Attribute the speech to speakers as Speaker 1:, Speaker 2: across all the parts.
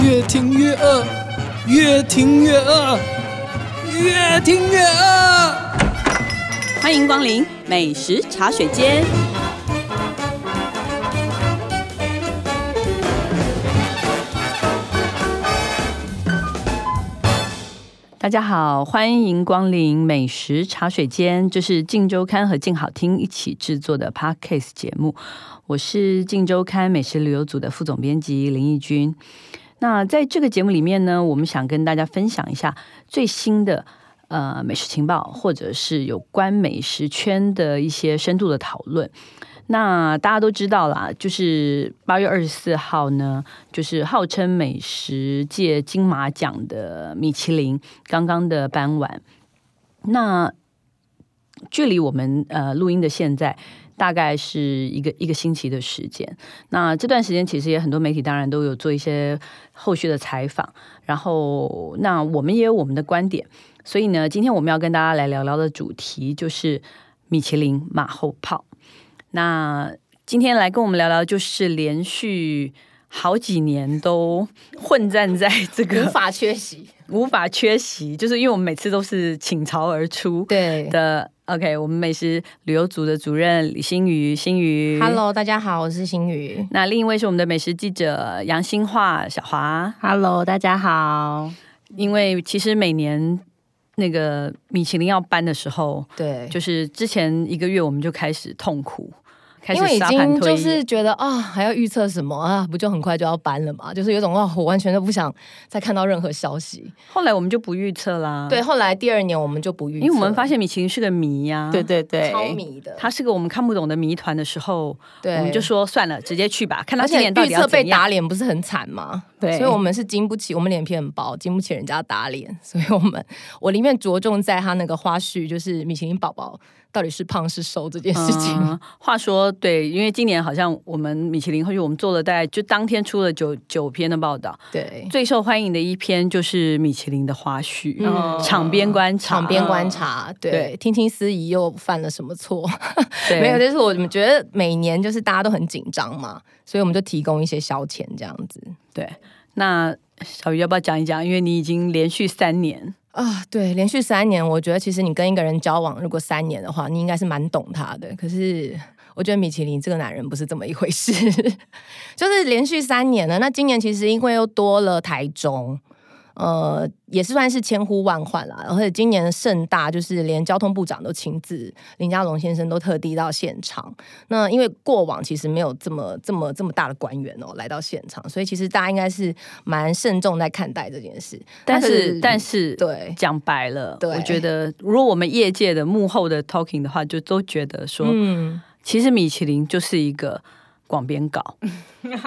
Speaker 1: 越听越饿，越听越饿，越听越饿。
Speaker 2: 欢迎光临美食茶水间。大家好，欢迎光临美食茶水间，这是《静周刊》和《静好听》一起制作的 Podcast 节目。我是《静周刊》美食旅游组的副总编辑林义君。那在这个节目里面呢，我们想跟大家分享一下最新的呃美食情报，或者是有关美食圈的一些深度的讨论。那大家都知道啦，就是八月二十四号呢，就是号称美食界金马奖的米其林刚刚的颁完。那距离我们呃录音的现在，大概是一个一个星期的时间。那这段时间其实也很多媒体当然都有做一些后续的采访，然后那我们也有我们的观点。所以呢，今天我们要跟大家来聊聊的主题就是米其林马后炮。那今天来跟我们聊聊，就是连续好几年都混战在这
Speaker 3: 无
Speaker 2: 个
Speaker 3: 法缺席。
Speaker 2: 无法缺席，就是因为我们每次都是倾巢而出
Speaker 3: 对
Speaker 2: 的。OK，我们美食旅游组的主任李新宇，新宇
Speaker 3: Hello，大家好，我是星宇。
Speaker 2: 那另一位是我们的美食记者杨新化小华，
Speaker 4: Hello，大家好。
Speaker 2: 因为其实每年那个米其林要颁的时候，
Speaker 3: 对，
Speaker 2: 就是之前一个月我们就开始痛苦，开
Speaker 3: 因为
Speaker 2: 始
Speaker 3: 已
Speaker 2: 沙盘推
Speaker 3: 经就
Speaker 2: 演，
Speaker 3: 是觉得啊、还要预测什么啊，不就很快就要搬了嘛？就是有种啊，我完全都不想再看到任何消息。
Speaker 2: 后来我们就不预测啦，
Speaker 3: 对，，后来第二年我们就不预
Speaker 2: 嗯
Speaker 3: 测，
Speaker 2: 因为我们发现米其林是个谜呀、
Speaker 4: 对。对对，
Speaker 3: 超迷的，
Speaker 2: 它是个我们看不懂的谜团的时候，
Speaker 3: 对，
Speaker 2: 我们就说算了，直接去吧，看他
Speaker 3: 而
Speaker 2: 今
Speaker 3: 且
Speaker 2: 年到
Speaker 3: 预
Speaker 2: 底要
Speaker 3: 测被
Speaker 2: 怎样
Speaker 3: 打。脸不是很惨吗？
Speaker 4: 对
Speaker 3: 所以我们是经不起，我们脸皮很薄，经不起人家打脸， 所以我们我里面着重在他那个花絮，就是米其林宝宝到底是胖是瘦这件事情。
Speaker 2: 嗯话说，对，因为今年好像我们米其林，或许我们做了大概就当天出了九九篇的报道，
Speaker 3: 对，
Speaker 2: 最受欢迎的一篇就是米其林的花絮，
Speaker 3: 嗯
Speaker 2: 场边观察，
Speaker 3: 场边观察，
Speaker 2: 对
Speaker 3: 对，听听司仪又犯了什么错？
Speaker 2: 对
Speaker 3: 没有，就是我们觉得每年就是大家都很紧张嘛，所以我们就提供一些消遣这样子
Speaker 2: 对。那小鱼要不要讲一讲？因为你已经连续三年，
Speaker 3: 啊。对，连续三年，我觉得其实你跟一个人交往，如果三年的话，你应该是蛮懂他的。可是我觉得米其林这个男人不是这么一回事， 就是连续三年了。那今年其实因为又多了台中。呃，也是算是千呼万唤啦。而且今年的盛大，就是连交通部长都亲自，林佳龙先生都特地到现场。那因为过往其实没有这么这么这么大的官员哦来到现场，所以其实大家应该是蛮慎重在看待这件事。
Speaker 2: 但是
Speaker 3: 那
Speaker 2: 但
Speaker 3: 是
Speaker 2: 是
Speaker 3: 对
Speaker 2: 讲白了，
Speaker 3: 对
Speaker 2: 我觉得如果我们业界的幕后的 talking 的话，就都觉得说，
Speaker 3: 嗯，
Speaker 2: 其实米其林就是一个广编稿，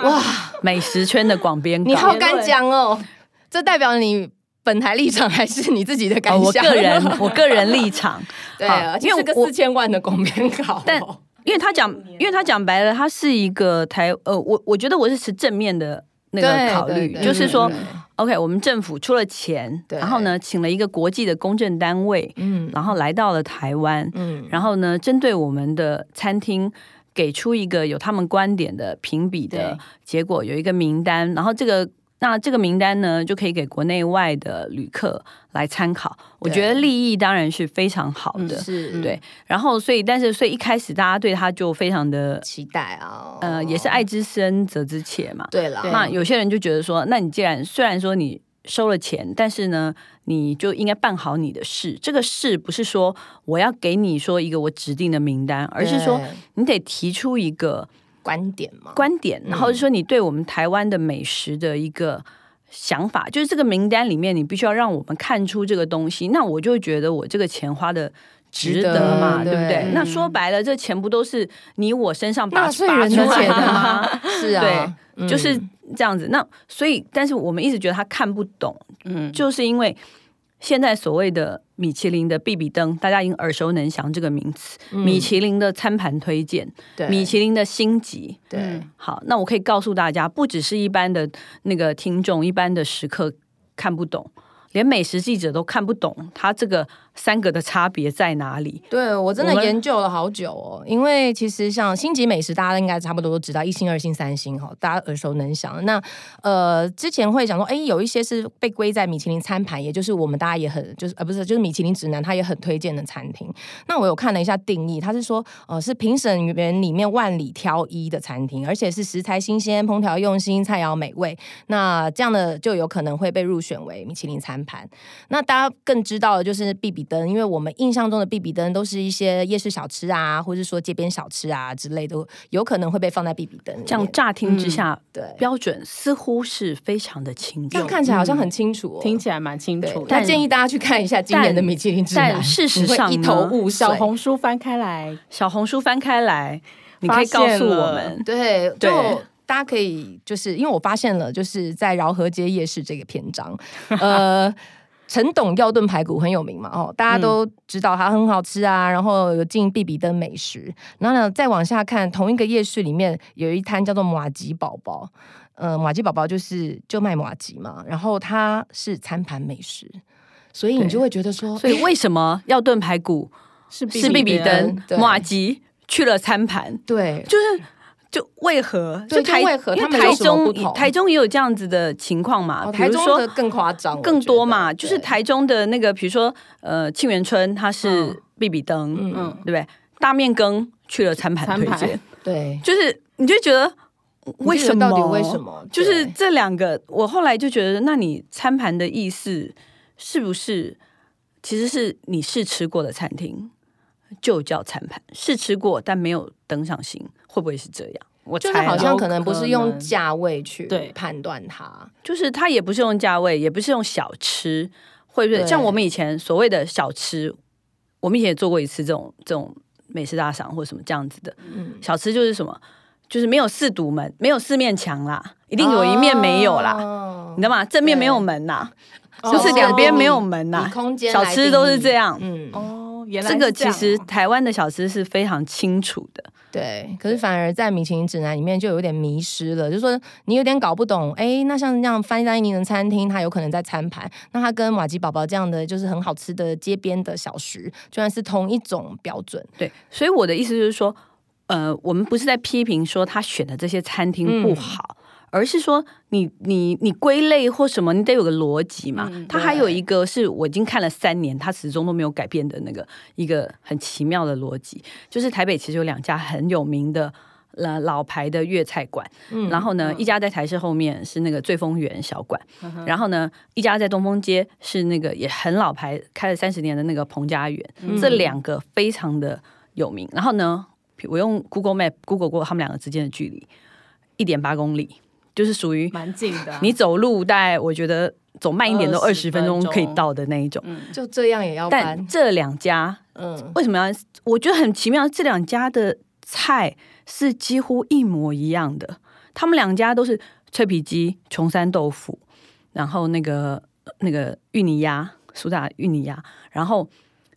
Speaker 3: 哇，
Speaker 2: 美食圈的广编稿。
Speaker 3: 你好敢讲哦，这代表你本台立场还是你自己的感
Speaker 2: 哦我
Speaker 3: 想？
Speaker 2: 个 人我个人立场，
Speaker 3: 对，啊
Speaker 2: 好
Speaker 3: 而且
Speaker 2: 因为
Speaker 3: 是个
Speaker 2: 我
Speaker 3: 四千万的广 编稿哦，
Speaker 2: 但因为他讲，因为他讲白了，他是一个台呃，我我觉得我是持正面的那个
Speaker 3: 对
Speaker 2: 考
Speaker 3: 对
Speaker 2: 虑，
Speaker 3: 对
Speaker 2: 就是
Speaker 3: 对
Speaker 2: 说
Speaker 3: 对
Speaker 2: ，OK，我们政府出了钱，
Speaker 3: 对
Speaker 2: 然后呢，请了一个国际的公证单位，
Speaker 3: 嗯
Speaker 2: 然后来到了台湾，
Speaker 3: 嗯，
Speaker 2: 然后呢，针对我们的餐厅。给出一个有他们观点的评比的
Speaker 3: 对
Speaker 2: 结果，有一个名单，然后这个那这个名单呢，就可以给国内外的旅客来参考。我觉得
Speaker 3: 对嗯
Speaker 2: 利益当然是非常好的，
Speaker 3: 是
Speaker 2: 嗯对，然后所以，但是所以一开始大家对他就非常的
Speaker 3: 期待啊，
Speaker 2: 呃，也是爱之深责之切嘛。
Speaker 3: 对啦，
Speaker 2: 那有些人就觉得说，那你既然虽然说你收了钱，但是呢，你就应该办好你的事。这个事不是说我要给你说一个我指定的名单，而是说
Speaker 3: 对
Speaker 2: 你得提出一个
Speaker 3: 观点嘛，
Speaker 2: 观点，
Speaker 3: 嗯
Speaker 2: 然后就说你对我们台湾的美食的一个想法，就是这个名单里面你必须要让我们看出这个东西，那我就会觉得我这个钱花的。值
Speaker 3: 值得
Speaker 2: 得嘛，
Speaker 3: 对
Speaker 2: 对不对
Speaker 3: 嗯？
Speaker 2: 那说白了，这钱不都是你我身上拔
Speaker 3: 纳
Speaker 2: 出
Speaker 3: 税
Speaker 2: 拔
Speaker 3: 人
Speaker 2: 出
Speaker 3: 的
Speaker 2: 来
Speaker 3: 钱
Speaker 2: 的吗？
Speaker 3: 啊，是啊，嗯
Speaker 2: 就是这样子。那所以，但是我们一直觉得他看不懂，
Speaker 4: 嗯，
Speaker 2: 就是因为现在所谓的米其林的必比登，大家已经耳熟能详这个名词。米其林的餐盘推荐，
Speaker 3: 嗯对
Speaker 2: 米其林的星级，
Speaker 3: 对
Speaker 2: 好，那我可以告诉大家，不只是一般的那个听众、一般的食客看不懂，连美食记者都看不懂他这个三个的差别在哪里？
Speaker 3: 对我真
Speaker 2: 我
Speaker 3: 的
Speaker 2: 们
Speaker 3: 研究了好久哦，因为其实像星级美食，大家应该差不多都知道，一星、二星、三星哈，大家耳熟能详。那呃，之前会讲说，哎，有一些是被归在米其林餐盘，也就是我们大家也很就是呃不是就是米其林指南，他也很推荐的餐厅。那我有看了一下定义，他是说呃是评审员里面万里挑一的餐厅，而且是食材新鲜、烹调用心、菜肴美味。那这样的就有可能会被入选为米其林餐盘。那大家更知道的就是必比登，因为我们印象中的必比登都是一些夜市小吃啊，或是说街边小吃啊之类的，有可能会被放在必比登里面。
Speaker 2: 这样乍听
Speaker 3: 嗯
Speaker 2: 之下，
Speaker 3: 对，
Speaker 2: 标准似乎是非常的清
Speaker 3: 但
Speaker 2: 楚。
Speaker 3: 看起来好像很清楚哦。
Speaker 4: 听起来蛮清
Speaker 3: 对
Speaker 4: 楚，
Speaker 3: 那
Speaker 4: 但
Speaker 3: 建议大家去看一下今年的米其林指南。
Speaker 2: 但事实上
Speaker 3: 你会一
Speaker 2: 呢
Speaker 3: 头雾水
Speaker 4: 小。红书翻开来，
Speaker 2: 小红书翻开来，你可以告诉我 们，
Speaker 3: 对，
Speaker 2: 对
Speaker 3: 就大家可以就是因为我发现了，就是在饶河街夜市这个篇章， 呃。陈董药炖排骨很有名嘛，哦，大家都知道它很好吃啊，然后有进必比登美食。然后呢，再往下看，同一个夜市里面有一摊叫做马吉宝宝，呃，马吉宝宝就是就卖马吉嘛，然后它是餐盘美食，所以你就会觉得说，哎
Speaker 2: 所以为什么要炖排 骨
Speaker 4: 是
Speaker 2: 是必比登
Speaker 3: 对、
Speaker 2: 马吉去了餐盘？
Speaker 3: 对，
Speaker 2: 就是就为何？
Speaker 3: 对
Speaker 2: 台
Speaker 3: 就为何
Speaker 2: 因
Speaker 3: 他们有
Speaker 2: 台
Speaker 3: 什么不
Speaker 2: 中
Speaker 3: 同
Speaker 2: 台中也有这样子的情况嘛？
Speaker 3: 哦
Speaker 2: 啊比
Speaker 3: 台
Speaker 2: 如
Speaker 3: 中
Speaker 2: 说
Speaker 3: 的更夸哦张，我
Speaker 2: 更
Speaker 3: 觉
Speaker 2: 多
Speaker 3: 得
Speaker 2: 嘛，就是
Speaker 3: 对
Speaker 2: 台中的那个，比如说呃，沁园春它是
Speaker 4: 嗯
Speaker 2: 必比登，
Speaker 3: 嗯
Speaker 4: 嗯
Speaker 2: 对不对？大面羹去了餐盘
Speaker 4: 餐
Speaker 2: 推
Speaker 4: 盘
Speaker 2: 荐，
Speaker 3: 对，
Speaker 2: 就是你就觉得为什么？
Speaker 3: 到底为什？么？
Speaker 2: 就是
Speaker 3: 对
Speaker 2: 这两个，我后来就觉得，那你餐盘的意思是不是其实是你试吃过的餐厅就叫餐盘，试吃过但没有登上星，会不会是这样？我
Speaker 3: 就是
Speaker 2: 猜
Speaker 3: 好
Speaker 2: 啦
Speaker 3: 像
Speaker 4: 有
Speaker 3: 可能不
Speaker 4: 可
Speaker 3: 是用
Speaker 4: 能
Speaker 3: 价位去
Speaker 4: 对
Speaker 3: 判断它，
Speaker 2: 就是它也不是用价位，也不是用小吃，会不会
Speaker 3: 对
Speaker 2: 像我们以前所谓的小吃，我们以前也做过一次这种这种美食大赏或什么这样子的
Speaker 3: 嗯，
Speaker 2: 小吃，就是什么，就是没有四堵门，没有四面墙啦，一定有一面没有啦，
Speaker 4: 哦
Speaker 3: 啦
Speaker 2: 你知道吗？正面没有门呐，就是两边没有门呐
Speaker 3: 哦以，空间
Speaker 2: 小
Speaker 3: 来
Speaker 2: 吃
Speaker 3: 定
Speaker 2: 都是
Speaker 3: 义
Speaker 2: 这样。
Speaker 3: 嗯，
Speaker 4: 哦，原来
Speaker 2: 这
Speaker 4: 是
Speaker 2: 个
Speaker 4: 样
Speaker 2: 其实
Speaker 4: 哦
Speaker 2: 台湾的小吃是非常清楚的，
Speaker 3: 对。可是反而在米其林指南里面就有点迷失了，就是说你有点搞不懂，哎，那像这样翻山一林的餐厅，它有可能在餐盘，那它跟马吉宝宝这样的就是很好吃的街边的小食，居然是同一种标准，
Speaker 2: 对。所以我的意思就是说，呃，我们不是在批评说他选的这些餐厅不好，而是说你你你归类或什么，你得有个逻辑嘛。
Speaker 4: 嗯
Speaker 2: 它还有
Speaker 3: 对
Speaker 2: 一个是我已经看了三年，它始终都没有改变的那个一个很奇妙的逻辑，就是台北其实有两家很有名的。呃，老牌的粤菜馆，
Speaker 3: 嗯
Speaker 2: 然后呢，
Speaker 4: 嗯
Speaker 2: 一家在台式后面是那个醉风园小馆，
Speaker 4: 嗯哼
Speaker 2: 然后呢，一家在东风街是那个也很老牌，开了三十年的那个彭家园，
Speaker 4: 嗯
Speaker 2: 这两个非常的有名。然后呢，我用 Google Map Google 过他们两个之间的距离，一点八公里，就是属于
Speaker 4: 蛮近的啊，
Speaker 2: 你走路大概我觉得走慢一点都二十
Speaker 4: 20
Speaker 2: 分钟
Speaker 4: 分钟
Speaker 2: 可以到的那一种。
Speaker 4: 嗯
Speaker 3: 就这样也要
Speaker 2: 但
Speaker 3: 搬，
Speaker 2: 这两家
Speaker 3: 嗯，
Speaker 2: 为什么要？我觉得很奇妙，这两家的菜是几乎一模一样的。他们两家都是脆皮鸡、琼山豆腐，然后那个那个芋泥鸭、苏打芋泥鸭，然后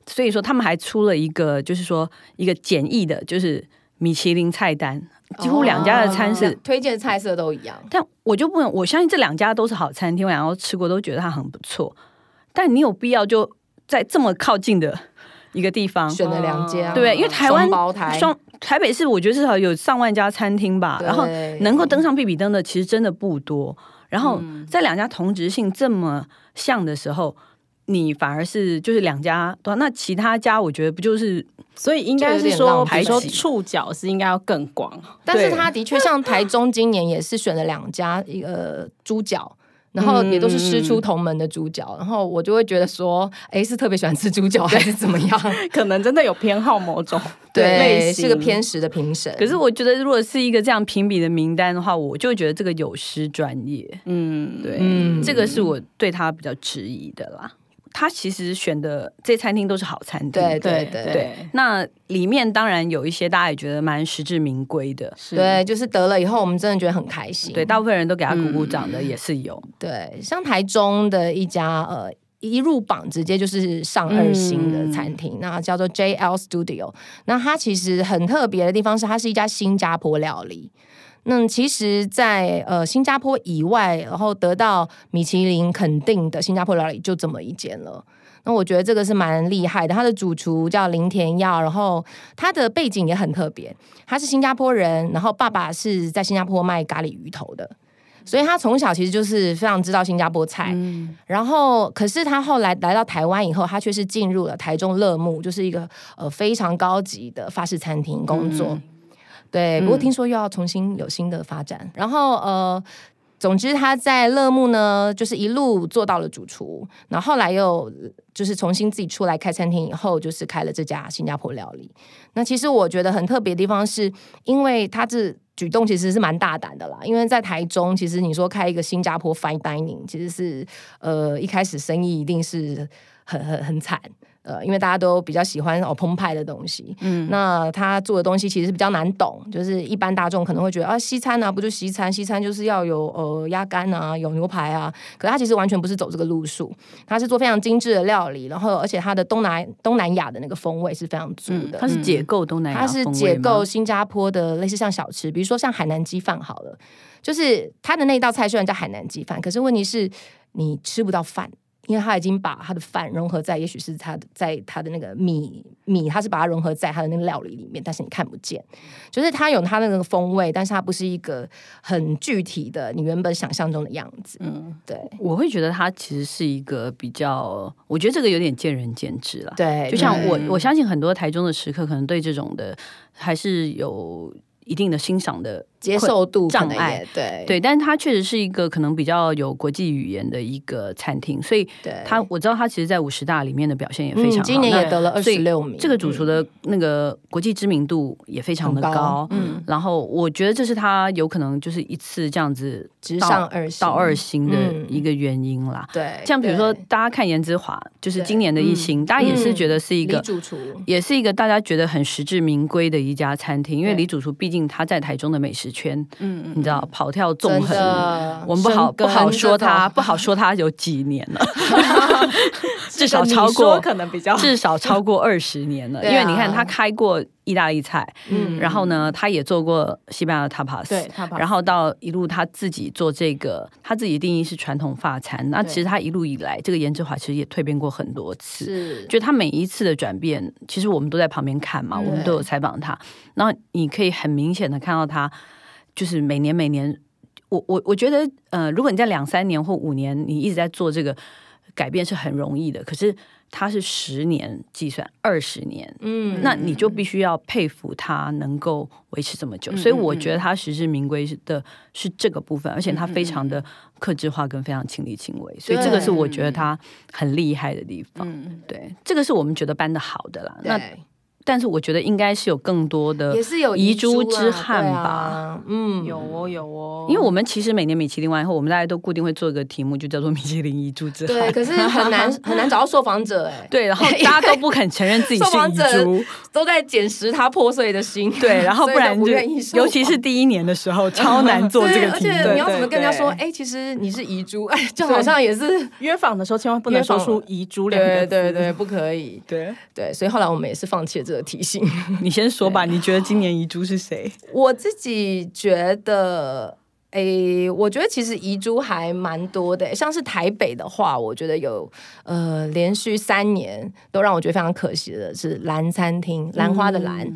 Speaker 2: 所以说他们还出了一个，就是说一个简易的，就是米其林菜单，几乎两家的餐是。
Speaker 3: 哦推荐的菜色都一样，
Speaker 2: 但我就不能，我相信这两家都是好餐厅，我两家都吃过，都觉得它很不错。但你有必要就在这么靠近的一个地方
Speaker 3: 选了两家，
Speaker 4: 哦
Speaker 2: 对，因为台湾
Speaker 3: 嗯双胞胎
Speaker 2: 双台北市，我觉得至少有上万家餐厅吧，
Speaker 3: 对
Speaker 2: 然后能够登上必比登的其实真的不多。然后
Speaker 4: 嗯
Speaker 2: 在两家同质性这么像的时候，你反而是就是两家多，那其他家我觉得不就是
Speaker 4: 所以应该
Speaker 3: 就
Speaker 4: 是
Speaker 3: 有点
Speaker 4: 说，
Speaker 3: 浪
Speaker 4: 比
Speaker 2: 费
Speaker 4: 如说
Speaker 2: 排挤
Speaker 4: 触角是应该要更广，
Speaker 3: 但是
Speaker 2: 对
Speaker 3: 他的确像台中今年也是选了两家一个猪脚。 然后也都是师出同门的猪脚，然后我就会觉得说，哎，是特别喜欢吃猪脚 还是怎么样？
Speaker 4: 可能真的有偏好某种类
Speaker 3: 对，是
Speaker 4: 型，
Speaker 3: 个偏食的评审。
Speaker 2: 可是我觉得，如果是一个这样评比的名单的话，我就会觉得这个有失专业。
Speaker 4: 嗯
Speaker 2: 对，
Speaker 3: 嗯
Speaker 2: 这个是我对他比较质疑的啦。他其实选的这餐厅都是好餐厅，
Speaker 3: 对
Speaker 4: 对
Speaker 3: 对
Speaker 4: 对
Speaker 2: 那里面当然有一些大家也觉得蛮实至名归的，
Speaker 4: 是
Speaker 3: 对，就是得了以后，我们真的觉得很开心。
Speaker 2: 对，大部分人都给他鼓鼓掌
Speaker 3: 嗯
Speaker 2: 的也是有。
Speaker 3: 对，像台中的一家呃。一入榜直接就是上二星的餐厅，那叫做 JL Studio。那它其实很特别的地方是，它是一家新加坡料理。那其实在，呃新加坡以外，然后得到米其林肯定的新加坡料理就这么一间了。那我觉得这个是蛮厉害的。他的主厨叫林田耀，然后他的背景也很特别，他是新加坡人，然后爸爸是在新加坡卖咖喱鱼头的。所以他从小其实就是非常知道新加坡菜，然后可是他后来来到台湾以后，他却是进入了台中乐木，就是一个呃非常高级的法式餐厅工作。对，不过听说又要重新有新的发展，然后呃。总之，他在乐木呢，就是一路做到了主厨，然后后来又就是重新自己出来开餐厅以后，就是开了这家新加坡料理。那其实我觉得很特别的地方是，因为他这举动其实是蛮大胆的啦。因为在台中，其实你说开一个新加坡 fine dining，其实是呃一开始生意一定是很很很惨。呃，因为大家都比较喜欢哦澎湃的东西，嗯，那他做的东西其实比较难懂，就是一般大众可能会觉得啊，西餐啊不就西餐，西餐就是要有呃鸭肝啊，有牛排啊，可他其实完全不是走这个路数，他是做非常精致的料理，然后而且他的东南东南亚的那个风味是非常足的，
Speaker 2: 它是解构东南亚
Speaker 3: 嗯它
Speaker 2: 风味
Speaker 3: 是
Speaker 2: 吗，
Speaker 3: 解构新加坡的类似像小吃，比如说像海南鸡饭好了，就是它的那一道菜虽然叫海南鸡饭，可是问题是你吃不到饭。因为它已经把它的饭融合在，也许是它的在它的那个米米，它是把它融合在它的那个料理里面，但是你看不见，就是它有它的那个风味，但是它不是一个很具体的你原本想象中的样子。嗯，对
Speaker 2: 我会觉得它其实是一个比较，我觉得这个有点见仁见智啦。
Speaker 3: 对，
Speaker 2: 就像
Speaker 3: 对
Speaker 2: 我，我相信很多台中的食客可能对这种的还是有一定的欣赏的
Speaker 3: 接
Speaker 2: 困
Speaker 3: 受度可
Speaker 2: 障
Speaker 3: 能
Speaker 2: 碍
Speaker 3: 也对
Speaker 2: 对，但是它确实是一个可能比较有国际语言的一个餐厅，所以
Speaker 3: 对，
Speaker 2: 它我知道它其实，在五十大里面的表现也非常好。
Speaker 3: 嗯，今年
Speaker 2: 那
Speaker 3: 也得了二
Speaker 2: 所
Speaker 3: 十
Speaker 2: 以
Speaker 3: 六名，嗯
Speaker 2: 这个主厨的那个国际知名度也非常的
Speaker 3: 很
Speaker 2: 高
Speaker 3: 高，
Speaker 2: 嗯，然后我觉得这是他有可能就是一次这样子
Speaker 3: 直
Speaker 2: 到
Speaker 3: 上二星
Speaker 2: 到二星的
Speaker 3: 嗯
Speaker 2: 一个原因啦。
Speaker 3: 对，
Speaker 2: 像比如说
Speaker 3: 对
Speaker 2: 大家看颜之华，就是
Speaker 3: 对嗯
Speaker 2: 今年的一星，大家也是觉得是一个
Speaker 3: 李主厨，
Speaker 2: 也是一个大家觉得很实至名归的一家餐厅，因为
Speaker 3: 对
Speaker 2: 李主厨毕竟他在台中的美食圈，
Speaker 4: 嗯嗯
Speaker 2: 你知道跑跳纵
Speaker 3: 真
Speaker 2: 横，
Speaker 3: 的，
Speaker 2: 我们不好
Speaker 3: 深耕
Speaker 2: 不好说他，
Speaker 3: 这种
Speaker 2: 不好说他有几年 了，至少
Speaker 4: 这个
Speaker 2: 超
Speaker 4: 你说
Speaker 2: 过
Speaker 4: 可能比较
Speaker 2: 至少超过二十年了。
Speaker 3: 对啊
Speaker 2: 因为你看他开过意大利菜，
Speaker 3: 嗯
Speaker 2: 然后呢，他也做过西班牙的 tapas，
Speaker 4: 对他把
Speaker 2: 然后到一路他自己做这个，他自己定义是传统法餐。那
Speaker 3: 对
Speaker 2: 其实他一路以来，这个颜之华其实也蜕变过很多次，
Speaker 3: 是
Speaker 2: 就他每一次的转变，其实我们都在旁边看嘛，
Speaker 3: 嗯
Speaker 2: 我们都有采访他，然后你可以很明显的看到他，就是每年每年，我我我觉得，呃，如果你在两三年或五年，你一直在做这个改变是很容易的，可是他是十年计算，二十年。
Speaker 3: 嗯嗯
Speaker 2: 那你就必须要佩服他能够维持这么久，所以我觉得他实至名归的是这个部分，
Speaker 3: 嗯
Speaker 2: 而且他非常的克制化跟非常亲力亲为，所以这个是我觉得他很厉害的地方。
Speaker 4: 嗯，
Speaker 2: 对，这个是我们觉得搬的好的啦。那
Speaker 3: 对
Speaker 2: 但是我觉得应该是有更多的
Speaker 3: 也，是有
Speaker 2: 遗珠
Speaker 3: 珠
Speaker 2: 之
Speaker 3: 啊
Speaker 2: 憾
Speaker 3: 对
Speaker 2: 吧
Speaker 3: 啊嗯，
Speaker 4: 有哦有哦，
Speaker 2: 因为我们其实每年米其林完以后，我们大家都固定会做一个题目，就叫做米其林遗珠之
Speaker 3: 对，
Speaker 2: 憾。
Speaker 3: 可是很难 很难找到受访者哎，
Speaker 2: 对，然后大家都不肯承认自己
Speaker 3: 受访者
Speaker 2: 是遗珠，
Speaker 3: 都在捡拾他破碎的心，
Speaker 2: 对，然后
Speaker 3: 所以
Speaker 2: 不然就
Speaker 3: 都不愿意受访
Speaker 2: 尤其是第一年的时候，超难 做这
Speaker 3: 对，
Speaker 2: 个
Speaker 3: 而
Speaker 2: 题
Speaker 3: 且你
Speaker 2: 目。
Speaker 3: 要怎么跟人家说？
Speaker 4: 对
Speaker 3: 哎，其实你是遗珠， 哎，就好像也是，
Speaker 4: 约访的时候千万不能说出
Speaker 3: 约
Speaker 4: “遗珠”两
Speaker 3: 对
Speaker 4: 个字，
Speaker 3: 对对，不可以，
Speaker 2: 对，
Speaker 3: 对，所以后来我们也是放弃了这个提醒。
Speaker 2: 你先说吧，你觉得今年遗珠是谁？
Speaker 3: 我自己觉得，诶、我觉得其实遗珠还蛮多的、欸像是台北的话，我觉得有呃连续三年都让我觉得非常可惜的是蓝餐厅，兰花的兰，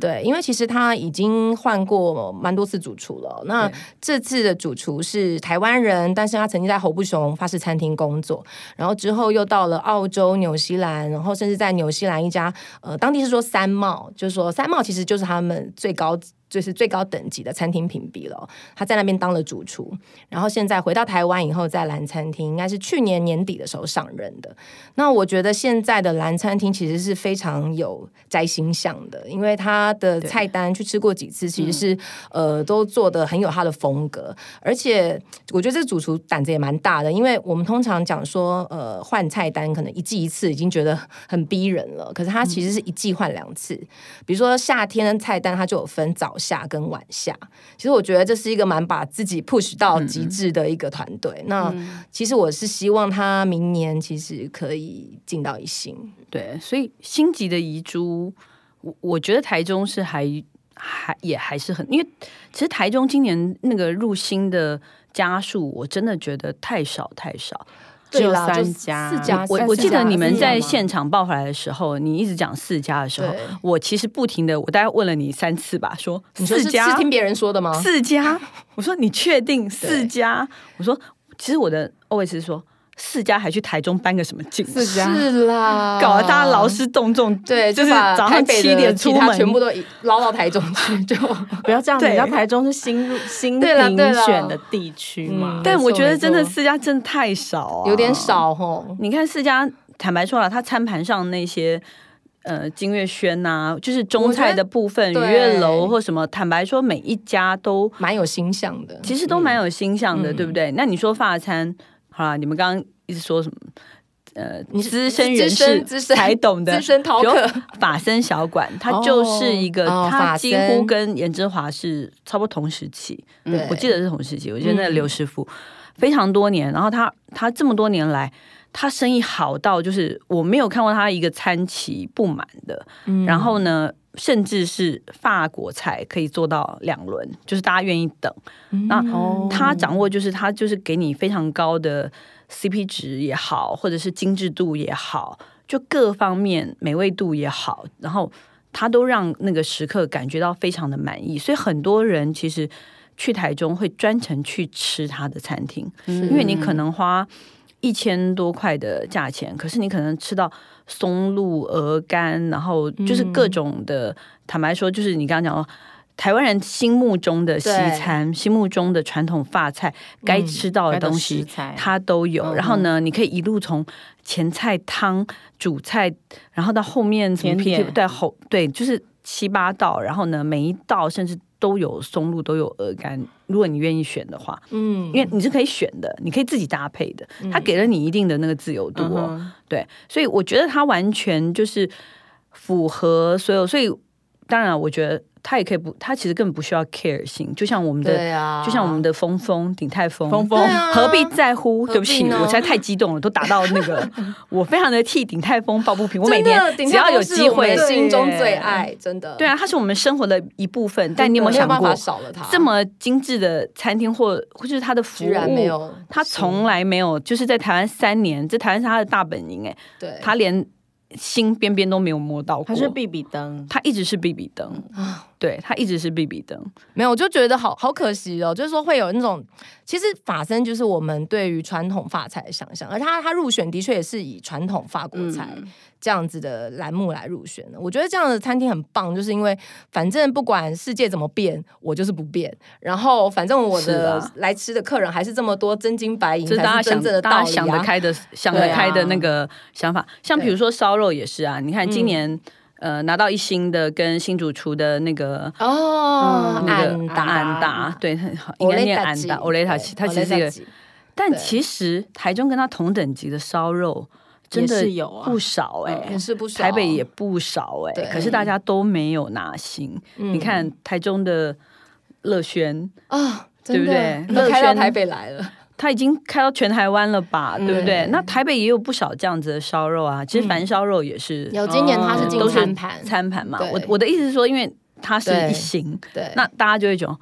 Speaker 3: 对，因为其实他已经换过蛮多次主厨了。那这次的主厨是台湾人，但是他曾经在侯不雄法式餐厅工作，然后之后又到了澳洲、纽西兰，然后甚至在纽西兰一家呃，当地是说三帽，就是说三帽其实就是他们最高。就是最高等级的餐厅评比了哦，他在那边当了主厨，然后现在回到台湾以后，在蓝餐厅应该是去年年底的时候上任的。那我觉得现在的蓝餐厅其实是非常有摘星象的，因为它的菜单去吃过几次，其实是、呃都做的很有它的风格，而且我觉得这个主厨胆子也蛮大的，因为我们通常讲说呃换菜单可能一季一次已经觉得很逼人了，可是它其实是
Speaker 2: 嗯
Speaker 3: 一季换两次，比如说夏天的菜单它就有分早夏跟晚夏，其实我觉得这是一个蛮把自己 push 到
Speaker 2: 嗯
Speaker 3: 极致的一个团队。那其实我是希望他明年其实可以进到一星，
Speaker 2: 对，所以星级的遗珠，我我觉得台中是还还也还是很，因为其实台中今年那个入新的家数，我真的觉得太少太少。只
Speaker 4: 对
Speaker 2: 有
Speaker 4: 啦就
Speaker 2: 三
Speaker 4: 四
Speaker 2: 家，
Speaker 4: 家
Speaker 2: 我
Speaker 4: 三
Speaker 2: 我
Speaker 4: 四
Speaker 2: 记得
Speaker 4: 家
Speaker 2: 你们
Speaker 4: 四家
Speaker 2: 在
Speaker 4: 吗
Speaker 2: 现场报回来的时候，你一直讲四家的时候
Speaker 3: 对，
Speaker 2: 我其实不停的，我大概问了你三次吧，说
Speaker 3: 你说
Speaker 2: 四
Speaker 3: 是
Speaker 2: 家
Speaker 3: 是听别人说的吗？
Speaker 2: 四 家，我说你确定四家？我说其实我的 OS 是说四家还去台中搬个什么劲，
Speaker 1: 四家
Speaker 3: 是啦，
Speaker 2: 搞得大家劳师动众，
Speaker 3: 对，
Speaker 2: 就是
Speaker 3: 把
Speaker 2: 早
Speaker 3: 台
Speaker 2: 上
Speaker 3: 北的
Speaker 2: 七点
Speaker 3: 其
Speaker 2: 出
Speaker 3: 他
Speaker 2: 门，
Speaker 3: 全部都移捞到台中 去，就
Speaker 4: 不要这样，
Speaker 2: 对
Speaker 4: 人家台中是新入新
Speaker 3: 对啦
Speaker 4: 评
Speaker 3: 对啦
Speaker 4: 选的地区嘛
Speaker 3: 嗯，
Speaker 2: 但我觉得
Speaker 3: 没错
Speaker 2: 真的
Speaker 3: 没错
Speaker 2: 四家真的太少、啊，
Speaker 3: 有点。少吼。
Speaker 2: 你看四家，坦白说了，它餐盘上那些呃金月轩呐、就是中菜的部分，
Speaker 3: 我
Speaker 2: 雨
Speaker 3: 觉得
Speaker 2: 月
Speaker 3: 对
Speaker 2: 楼或什么，坦白说每一家都
Speaker 3: 蛮有形象的，
Speaker 2: 其实都蛮有星象的，
Speaker 3: 嗯
Speaker 2: 对不对？那你说法餐，好啦，你们刚刚一直说什么？呃，
Speaker 3: 你是
Speaker 2: 资深
Speaker 3: 你是
Speaker 2: 人
Speaker 3: 资深
Speaker 2: 士
Speaker 3: 资深
Speaker 2: 才懂的，
Speaker 3: 资深饕
Speaker 2: 比如
Speaker 3: 客
Speaker 2: 法森小馆，它
Speaker 4: 哦
Speaker 2: 就是一个，
Speaker 3: 哦
Speaker 2: 它
Speaker 3: 法
Speaker 2: 几乎
Speaker 3: 森
Speaker 2: 跟颜之华是差不多同时期，
Speaker 3: 对
Speaker 2: 我记得是同时期，我记得那个
Speaker 3: 嗯
Speaker 2: 刘师傅非常多年，然后他他这么多年来，他生意好到就是我没有看过他一个餐期不满的，然后呢，甚至是法国菜可以做到两轮，就是大家愿意等。那
Speaker 4: 哦
Speaker 2: 他掌握就是他就是给你非常高的 CP 值也好，或者是精致度也好，就各方面美味度也好，然后他都让那个食客感觉到非常的满意，所以很多人其实去台中会专程去吃他的餐厅，
Speaker 4: 嗯
Speaker 2: 因为你可能花。一千多块的价钱，可是你可能吃到松露、鹅肝，然后就是各种的。坦白说，就是你刚刚讲到台湾人心目中的西餐、心目中的传统法菜，嗯该吃到的东西、
Speaker 1: 材
Speaker 2: 它都有。然后呢，你可以一路从前菜汤、主菜，然后到后面什么
Speaker 1: 甜
Speaker 2: PT
Speaker 1: 点
Speaker 2: 对后对，就是七八道。然后呢，每一道甚至都有松露，都有鹅肝。如果你愿意选的话，
Speaker 3: 嗯
Speaker 2: 因为你是可以选的，你可以自己搭配的，它给了你一定的那个自由
Speaker 3: 嗯
Speaker 4: 嗯
Speaker 2: 度哦。对，所以我觉得它完全就是符合所有，所以当然我觉得它也可以不，它其实根本不需要 care 性，就像我们的，
Speaker 3: 对啊，
Speaker 2: 就像我们的峰峰鼎泰丰。
Speaker 1: 峰峰
Speaker 3: 对啊
Speaker 2: 何必在乎？
Speaker 3: 何
Speaker 2: 对不起，
Speaker 3: 必呢
Speaker 2: 我实在太激动了，都打到那 个，我非常的替鼎泰丰抱不平。我每
Speaker 3: 真的
Speaker 2: 年
Speaker 3: 顶
Speaker 2: 只
Speaker 3: 泰
Speaker 2: 要有
Speaker 3: 丰是
Speaker 2: 机
Speaker 3: 我们
Speaker 2: 会，
Speaker 3: 心中最爱，真的。
Speaker 2: 对
Speaker 3: 啊，
Speaker 2: 啊，它是我们生活的一部分。但你有没有
Speaker 3: 没
Speaker 2: 想
Speaker 3: 办
Speaker 2: 过
Speaker 3: 法，少了它？
Speaker 2: 这么精致的餐厅或或是它的服
Speaker 3: 居然没
Speaker 2: 务，
Speaker 3: 有，
Speaker 2: 它从来没有就是在台湾三年，这台湾是它的大本营哎，
Speaker 3: 对
Speaker 2: 他连心边边都没有摸到过。
Speaker 4: 它是比比灯，
Speaker 2: 他一直是 B B 灯，
Speaker 3: 啊
Speaker 2: 对他一直是 B B 灯，
Speaker 3: 没有，我就觉得好好可惜哦，就是说会有那种，其实法餐就是我们对于传统法菜的想象，而它它入选的确也是以传统法国菜
Speaker 2: 嗯
Speaker 3: 这样子的栏目来入选的。我觉得这样的餐厅很棒，就是因为反正不管世界怎么变，我就是不变，然后反正我
Speaker 2: 是
Speaker 3: 的
Speaker 2: 啊
Speaker 3: 来吃的客人还是这么多，真金白银
Speaker 2: 这是大家
Speaker 3: 才是真
Speaker 2: 想、
Speaker 3: 正的道
Speaker 2: 大家
Speaker 3: 理
Speaker 2: 想得
Speaker 3: 啊。
Speaker 2: 开的、想得开的那个想法。像比如说烧肉也是啊，你看
Speaker 3: 嗯
Speaker 2: 今年、呃拿到一星的跟新主厨的那个。
Speaker 3: 哦，
Speaker 2: 嗯那个啊
Speaker 3: 安达，
Speaker 2: 安达，对，应该念安达，欧雷塔奇，
Speaker 3: 奇，
Speaker 2: 他其实是一个，
Speaker 3: Oletachi
Speaker 2: 但
Speaker 3: 对
Speaker 2: 其实台中跟他同等级的烧肉真
Speaker 4: 也
Speaker 2: 的
Speaker 4: 是有啊
Speaker 2: 不少哎、
Speaker 3: 也是不嗯少，
Speaker 2: 台北也不少哎、
Speaker 3: 对
Speaker 2: 可是大家都没有拿星。
Speaker 3: 嗯
Speaker 2: 你看台中的乐轩，
Speaker 3: 啊，
Speaker 2: 对不
Speaker 3: 真的
Speaker 2: 对
Speaker 3: 都开
Speaker 2: 乐
Speaker 3: 到
Speaker 2: 轩
Speaker 3: 台北来了。
Speaker 2: 他已经开到全台湾了吧，
Speaker 3: 嗯
Speaker 2: 对不对
Speaker 3: 对？嗯
Speaker 2: 那台北也有不少这样子的烧肉啊，其实凡烧肉也是
Speaker 3: 有今年它是进
Speaker 2: 哦都是
Speaker 3: 餐盘，
Speaker 2: 餐盘嘛
Speaker 3: 对。
Speaker 2: 我我的意思是说，因为它是
Speaker 3: 对
Speaker 2: 一行，
Speaker 3: 对，
Speaker 2: 那大家就会觉得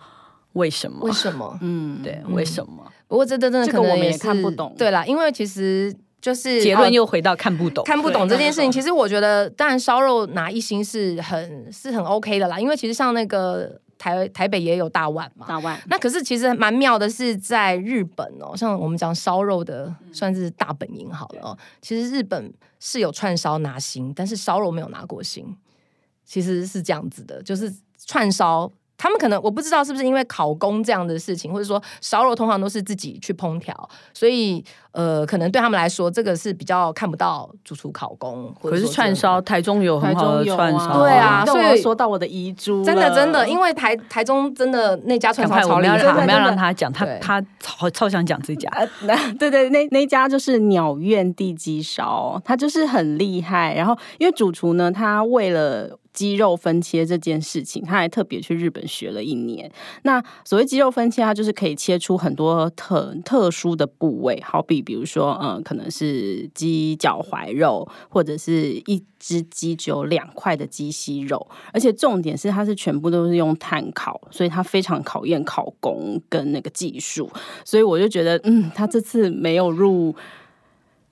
Speaker 2: 为什么
Speaker 3: 为？什么？
Speaker 4: 嗯，
Speaker 2: 对，为什么？
Speaker 3: 不过这真的
Speaker 4: 这
Speaker 3: 可
Speaker 4: 个
Speaker 3: 能
Speaker 4: 我们也
Speaker 3: 是
Speaker 4: 看不懂
Speaker 3: 对啦，因为其实就是
Speaker 2: 结论
Speaker 3: 哦
Speaker 2: 又回到看不懂。
Speaker 3: 看不懂
Speaker 4: 对
Speaker 3: 这件事情，
Speaker 4: 看不懂
Speaker 3: 其实我觉得，当然烧肉拿一星是很是很 OK 的啦，因为其实像那个台台北也有大碗嘛，
Speaker 4: 大碗
Speaker 3: 那可是其实蛮妙的是，在日本哦，像我们讲烧肉的算是大本营好了哦。其实日本是有串烧拿星，但是烧肉没有拿过星，其实是这样子的，就是串烧。他们可能我不知道是不是因为考公这样的事情，或者说烧肉通常都是自己去烹调，所以呃，可能对他们来说这个是比较看不到主厨考公。或者
Speaker 2: 可是
Speaker 3: 说
Speaker 2: 串烧，台中有很好的串
Speaker 4: 台中
Speaker 2: 烧，
Speaker 4: 有
Speaker 3: 对啊
Speaker 4: 但我
Speaker 3: 所
Speaker 4: 要
Speaker 3: 以
Speaker 4: 说到我的遗珠了，
Speaker 3: 真的真的，因为台台中真的那家串
Speaker 2: 赶
Speaker 3: 烧
Speaker 2: 快我
Speaker 3: 超
Speaker 2: 们
Speaker 3: 厉
Speaker 2: 要
Speaker 3: 害，
Speaker 2: 让我们要让他讲，他
Speaker 3: 对
Speaker 2: 他超超想讲自己啊家。
Speaker 4: 呃，那 对对，那那家就是鸟苑地鸡烧，它就是很厉害。然后因为主厨呢，他为了鸡肉分切这件事情，他还特别去日本学了一年。那所谓鸡肉分切，它就是可以切出很多特特殊的部位，好比比如说，嗯，可能是鸡脚踝肉，或者是一只鸡只有两块的鸡膝肉，而且重点是它是全部都是用炭烤，所以它非常考验烤工跟那个技术。所以我就觉得，嗯，他这次没有入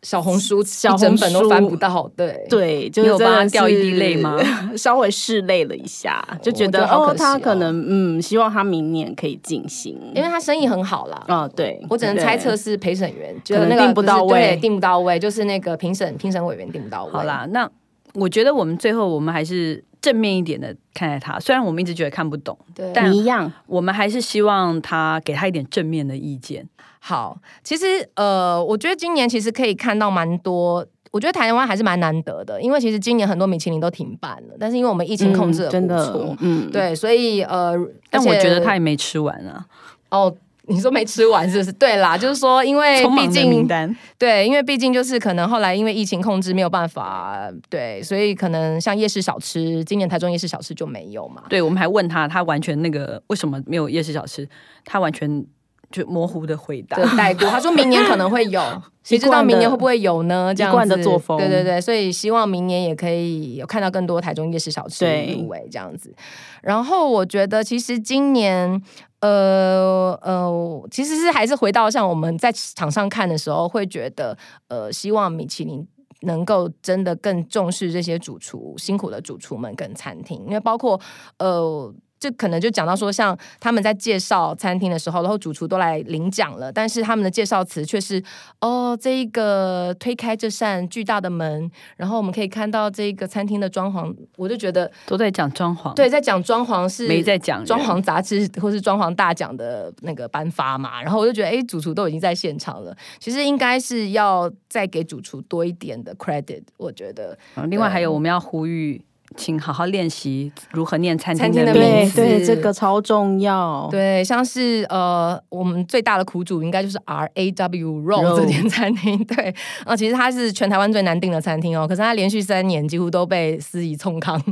Speaker 3: 小红书
Speaker 4: 小
Speaker 3: 一整
Speaker 4: 红
Speaker 3: 本都翻
Speaker 4: 书
Speaker 3: 不到，对，
Speaker 4: 对，就
Speaker 2: 你
Speaker 4: 是
Speaker 2: 有
Speaker 4: 真
Speaker 2: 帮
Speaker 4: 的
Speaker 2: 他掉一滴
Speaker 4: 是
Speaker 2: 泪吗？
Speaker 4: 稍微拭泪了一下，就觉
Speaker 3: 我觉
Speaker 4: 得
Speaker 3: 得好
Speaker 4: 哦
Speaker 3: 可惜
Speaker 4: 他可
Speaker 3: 哦
Speaker 4: 能嗯，希望他明年可以进行。
Speaker 3: 因为他生意很好啦。
Speaker 4: 啊、对，
Speaker 3: 我只能
Speaker 4: 对
Speaker 3: 猜测是陪审员，觉
Speaker 4: 可
Speaker 3: 得
Speaker 4: 能
Speaker 3: 那个
Speaker 4: 定不到
Speaker 3: 是对
Speaker 4: 位
Speaker 3: 定不到位，就是那个评审评审委员定不到位。
Speaker 2: 好，啦，那我觉得我们最后我们还是正面一点的看待他，虽然我们一直觉得看不懂，
Speaker 3: 对，
Speaker 2: 但
Speaker 4: 一样。
Speaker 2: 我们还是希望他给他一点正面的意见。
Speaker 3: 好，其实呃，我觉得今年其实可以看到蛮多。我觉得台湾还是蛮难得的，因为其实今年很多米其林都停办了，但是因为我们疫情控制
Speaker 4: 嗯
Speaker 3: 的不
Speaker 4: 真
Speaker 3: 错
Speaker 4: 的，，嗯，
Speaker 3: 对，所以呃，
Speaker 2: 但我
Speaker 3: 而且
Speaker 2: 觉得他也没吃完啊，
Speaker 3: 哦，你说没吃完是不是？对啦，就是说，因为
Speaker 2: 匆
Speaker 3: 毕
Speaker 2: 忙的名
Speaker 3: 竟
Speaker 2: 单。
Speaker 3: 对，因为毕竟就是可能后来因为疫情控制没有办法，对，所以可能像夜市小吃，今年台中夜市小吃就没有嘛。
Speaker 2: 对，我们还问他，他完全那个为什么没有夜市小吃，他完全就模糊的回答
Speaker 3: 的。带过，他说明年可能会 有，谁知道明年会不会有呢？这样子
Speaker 4: 一贯的作风
Speaker 3: 对对对，所以希望明年也可以有看到更多台中夜市小吃
Speaker 4: 对
Speaker 3: 入围这样子。然后我觉得其实今年。呃呃，其实是还是回到像我们在场上看的时候，会觉得呃，希望米其林能够真的更重视这些主厨辛苦的主厨们跟餐厅，因为包括呃。就可能就讲到说，像他们在介绍餐厅的时候，然后主厨都来领奖了，但是他们的介绍词却是哦，这一个推开这扇巨大的门，然后我们可以看到这个餐厅的装潢，我就觉得
Speaker 2: 都在讲装潢，
Speaker 3: 对，在讲装潢是
Speaker 2: 没在讲人
Speaker 3: 装潢杂志或是装潢大奖的那个颁发嘛，然后我就觉得，哎，主厨都已经在现场了，其实应该是要再给主厨多一点的 credit，我觉得
Speaker 2: 嗯另外还有我们要呼吁，请好好练习如何念餐厅
Speaker 3: 餐厅
Speaker 2: 的
Speaker 3: 的
Speaker 2: 名
Speaker 4: 对
Speaker 3: 名
Speaker 2: 字。
Speaker 3: 字
Speaker 4: 对，这个超重要。
Speaker 3: 对，像是呃，我们最大的苦主应该就是 R A W
Speaker 4: Row
Speaker 3: Row 这间餐厅， 对，啊、其实它是全台湾最难订的餐厅哦，可是它连续三年几乎都被司仪冲康，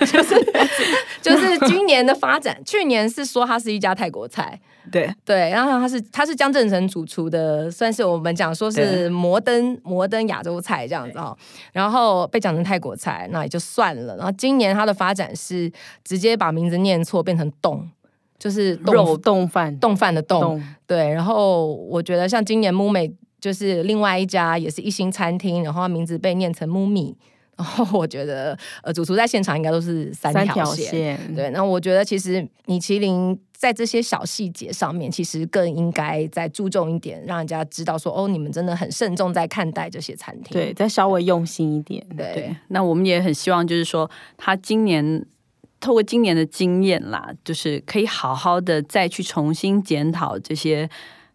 Speaker 3: 就是就是今年的发展， 去年是说它是一家泰国菜，
Speaker 2: 对，
Speaker 3: 对，然后他是他是江正成主厨的，算是我们讲说
Speaker 2: 对
Speaker 3: 是摩登摩登亚洲菜这样子哦。然后被讲成泰国菜，那也就算了。然后今年他的发展是直接把名字念错，变成冻，就是冻
Speaker 4: 肉冻饭
Speaker 3: 冻饭的冻。
Speaker 4: 冻
Speaker 3: 对，然后我觉得像今年木美就是另外一家也是一星餐厅，然后它名字被念成木米， 然后我觉得呃主厨在现场应该都是三
Speaker 4: 三
Speaker 3: 条
Speaker 4: 条
Speaker 3: 线。
Speaker 4: 线，
Speaker 3: 对，那我觉得其实米其林在这些小细节上面，其实更应该再注重一点，让人家知道说，哦，你们真的很慎重在看待这些餐厅。
Speaker 4: 对，再稍微用心一点。
Speaker 3: 对
Speaker 2: 那我们也很希望，就是说他今年透过今年的经验啦，就是可以好好的再去重新检讨这些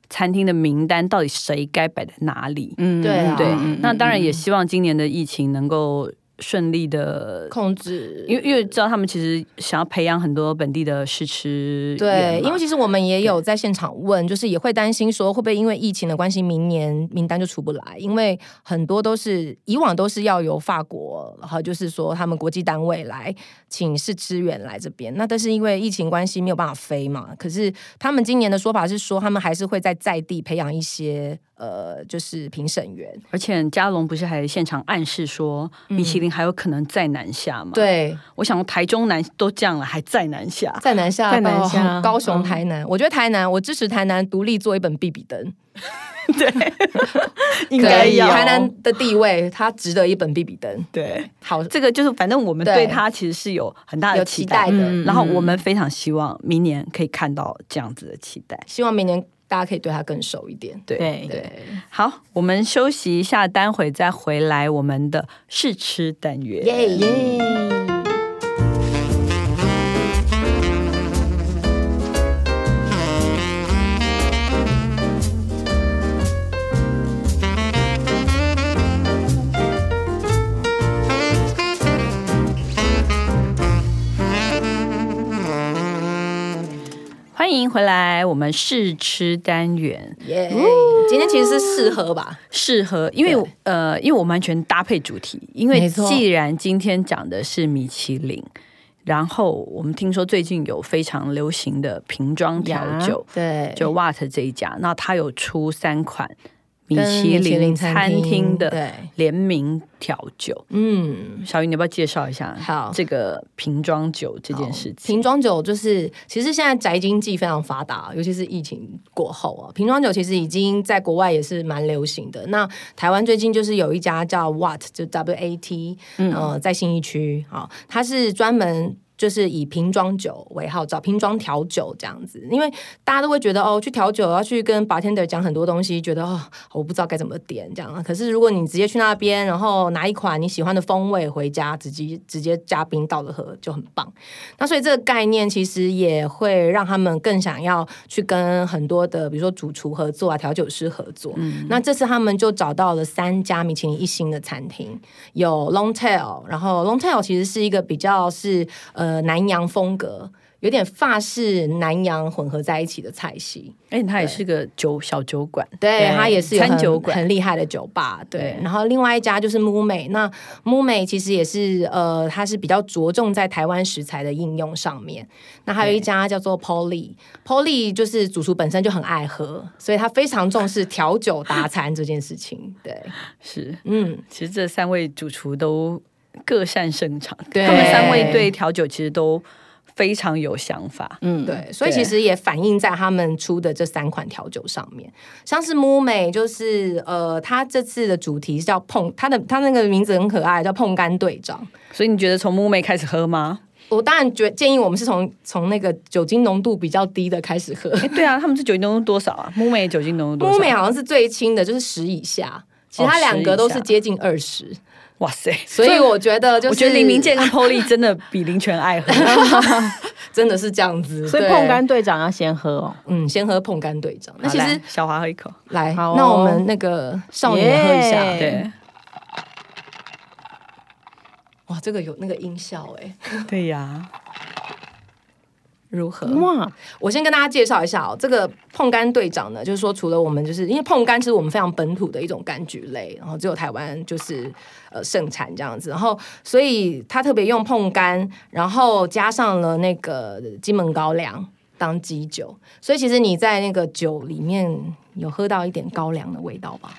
Speaker 2: 餐厅的名单到底谁该摆在哪里。
Speaker 4: 嗯
Speaker 3: 对啊
Speaker 2: 对
Speaker 4: 嗯嗯，
Speaker 2: 那当然也
Speaker 4: 嗯
Speaker 2: 希望今年的疫情能够顺利的
Speaker 3: 控制，
Speaker 2: 因为因为知道他们其实想要培养很多本地的试吃
Speaker 3: 对
Speaker 2: 员，嘛
Speaker 3: 因为其实我们也有在现场问，就是也会担心说会不会因为疫情的关系，明年名单就出不来，因为很多都是以往都是要由法国，然后就是说他们国际单位来请试支援来这边，那但是因为疫情关系没有办法飞嘛，可是他们今年的说法是说他们还是会在在地培养一些呃，就是评审员，
Speaker 2: 而且嘉龙不是还现场暗示说，米其林还有可能再南下嘛？，
Speaker 3: 嗯对，
Speaker 2: 我想台中南都降了，还再南下，
Speaker 3: 在南下哦
Speaker 4: 在南
Speaker 3: 到
Speaker 4: 下
Speaker 3: 高雄、
Speaker 4: 嗯
Speaker 3: 台南，我觉得台南，我支持台南独立做一本必比登。
Speaker 2: 应
Speaker 3: 可以，
Speaker 2: 要
Speaker 3: 台南的地位，它值得一本必比登。
Speaker 2: 对。
Speaker 3: 好，
Speaker 2: 这个就是，反正我们
Speaker 3: 对
Speaker 2: 对他其实是有很大的
Speaker 3: 有
Speaker 2: 期
Speaker 3: 期
Speaker 2: 待，
Speaker 3: 待的，
Speaker 4: 嗯
Speaker 2: 然后我们非常希望明年可以看到这样子的期待。
Speaker 3: 希望明年大家可以对它更熟一点。
Speaker 2: 对
Speaker 4: 对
Speaker 3: 对，
Speaker 2: 好，我们休息一下，待会再回来我们的试吃单元。
Speaker 3: 耶耶。
Speaker 2: 欢迎回来，我们试吃单元
Speaker 3: 耶！今天其实是适合吧，
Speaker 2: 适合，因为我呃，因为我们完全搭配主题，因为
Speaker 3: 没错
Speaker 2: 既然今天讲的是米其林，然后我们听说最近有非常流行的瓶装调酒，
Speaker 3: 对
Speaker 2: 就 Watt 这一家，那它有出三款米
Speaker 3: 跟
Speaker 2: 其
Speaker 3: 米其
Speaker 2: 林
Speaker 3: 林餐
Speaker 2: 餐厅
Speaker 3: 厅
Speaker 2: 的
Speaker 3: 对
Speaker 2: 联名调酒。
Speaker 3: 嗯，
Speaker 2: 小云，你要不要介绍一下
Speaker 3: 好
Speaker 2: 这个瓶装酒这件事情？
Speaker 3: 瓶装酒就是，其实现在宅经济非常发达，尤其是疫情过后啊，瓶装酒其实已经在国外也是蛮流行的。那台湾最近就是有一家叫 What，就 W A T，、呃，在信义区啊、好它是专门。就是以瓶装酒为号召，瓶装调酒这样子，因为大家都会觉得哦，去调酒要去跟 bartender 讲很多东西，觉得哦，我不知道该怎么点这样啊。可是如果你直接去那边，然后拿一款你喜欢的风味回家，直接直接加冰倒着喝就很棒。那所以这个概念其实也会让他们更想要去跟很多的，比如说主厨合作啊、调酒师合作。那这次他们就找到了三家米其林一星的餐厅，有 Longtail，然后 Longtail 其实是一个比较是呃南洋风格。有点法式南洋混合在一起的菜系，
Speaker 2: 哎、它也是个酒小酒馆，
Speaker 3: 对，它也是有
Speaker 2: 餐
Speaker 3: 很
Speaker 2: 酒馆。
Speaker 3: 很厉害的酒吧。对，
Speaker 2: 对
Speaker 3: 然后另外一家就是 m 美，那 m 美其实也是呃，它是比较着重在台湾食材的应用上面。那还有一家叫做 Polly，Polly 就是主厨本身就很爱喝，所以他非常重视调酒搭餐这件 事情。对，
Speaker 2: 是，
Speaker 3: 嗯，
Speaker 2: 其实这三位主厨都各擅胜场，
Speaker 3: 对
Speaker 2: 他们三位对调酒其实都非常有想法。
Speaker 4: 嗯，
Speaker 3: 对，所以
Speaker 2: 对
Speaker 3: 其实也反映在他们出的这三款调酒上面，像是 m 美，就是呃，它这次的主题是叫碰，它的它那个名字很可爱，叫碰干队长。
Speaker 2: 所以你觉得从木梅开始喝吗？
Speaker 3: 我当然觉建议我们是从从那个酒精浓度比较低的开始喝。
Speaker 2: 哎、对啊，他们是酒精浓度多少啊？木梅酒精浓度多少？
Speaker 3: 乌梅好像是最轻的，就是十哦以下，其他两个都是接近二十、
Speaker 2: 哇塞！
Speaker 3: 所以我觉得就是
Speaker 2: 我觉得林明健跟 Polly 真的比林泉爱喝。
Speaker 3: 真的是这样子，
Speaker 4: 所以
Speaker 3: 对
Speaker 4: 碰干队长要先喝哦。
Speaker 3: 嗯，先喝碰干队长。那其
Speaker 2: 好
Speaker 3: 实
Speaker 2: 来小华喝一口，
Speaker 3: 来，
Speaker 4: 好哦
Speaker 3: 那我们那个少年喝一下
Speaker 4: 耶
Speaker 2: 对
Speaker 3: 哇，这个有那个音效哎、
Speaker 2: 对呀、
Speaker 3: 如何？
Speaker 4: 哇，
Speaker 3: 我先跟大家介绍一下哦，这个碰干队长呢，就是说除了我们就是因为碰干是我们非常本土的一种柑橘类，然后只有台湾就是呃盛产这样子，然后所以他特别用碰干，然后加上了那个金门高粱当基酒，所以其实你在那个酒里面有喝到一点高粱的味道吧？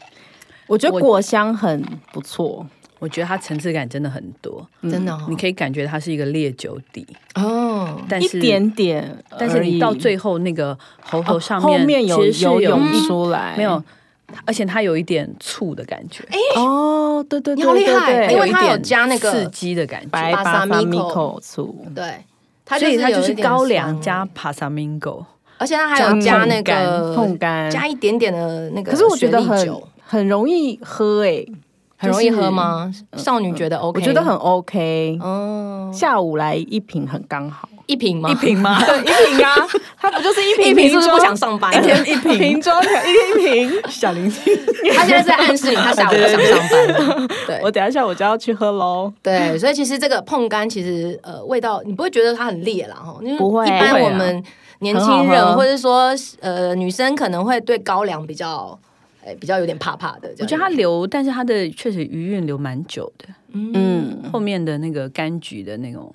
Speaker 4: 我觉得
Speaker 2: 我
Speaker 4: 果香很不错，
Speaker 2: 我觉得它层次感真的很多，
Speaker 3: 真的、哦，
Speaker 2: 嗯你可以感觉它是一个烈酒底，
Speaker 3: 哦，
Speaker 2: 但
Speaker 4: 一
Speaker 2: 是呃
Speaker 4: 点点而已，哦
Speaker 2: 但是你到最后那个喉头上面，
Speaker 4: 后面有
Speaker 2: 其实是
Speaker 4: 游泳
Speaker 2: 一
Speaker 4: 出来，
Speaker 2: 没有，而且它有一点醋的感觉，
Speaker 4: 哦，对对
Speaker 3: 你
Speaker 4: 对，
Speaker 3: 好厉
Speaker 4: 对
Speaker 3: 害
Speaker 4: 对
Speaker 3: 因
Speaker 2: 有
Speaker 3: 为
Speaker 2: 一
Speaker 3: 它
Speaker 2: 点
Speaker 3: 有加那个
Speaker 2: 刺激的感
Speaker 4: 白
Speaker 2: 觉，
Speaker 3: 巴萨
Speaker 4: 巴萨米
Speaker 3: 米
Speaker 4: 口醋，
Speaker 3: 对。它
Speaker 2: 所以它就是
Speaker 3: 有一点
Speaker 2: 高粱
Speaker 3: 酸
Speaker 2: 加，帕萨明狗，
Speaker 3: 而且它还有加那个
Speaker 4: 嗯碰干，
Speaker 3: 加一点点的那个
Speaker 4: 可是我觉得
Speaker 3: 雪莉
Speaker 4: 很
Speaker 3: 酒
Speaker 4: 很容易喝诶、
Speaker 3: 很容易喝吗？少女觉得 OK，
Speaker 4: 嗯我觉得很 OK，、
Speaker 3: 哦，
Speaker 4: 下午来一瓶很刚好，
Speaker 3: 一瓶吗？
Speaker 2: 一瓶 吗？
Speaker 4: 一瓶啊， 它不就是一瓶
Speaker 3: 一瓶是不是不
Speaker 4: 装
Speaker 3: 想上班？
Speaker 4: 一天一瓶瓶装调一天一瓶，
Speaker 2: 小林听，
Speaker 3: 他现在是在暗示你，他 下午不想上班。
Speaker 4: 我
Speaker 3: 对
Speaker 4: 等一下我就要去喝喽。
Speaker 3: 对，所以其实这个碰干其实呃味道你不会觉得它很烈啦哈，因为
Speaker 4: 不会啊
Speaker 3: 一般我们年轻
Speaker 4: 很好
Speaker 3: 人
Speaker 4: 喝
Speaker 3: 或者说呃女生可能会对高粱比较。哎比较有点怕怕的，这样
Speaker 2: 我觉得它留，但是它的确实余韵留蛮久的，
Speaker 4: 嗯，
Speaker 2: 后面的那个柑橘的那种。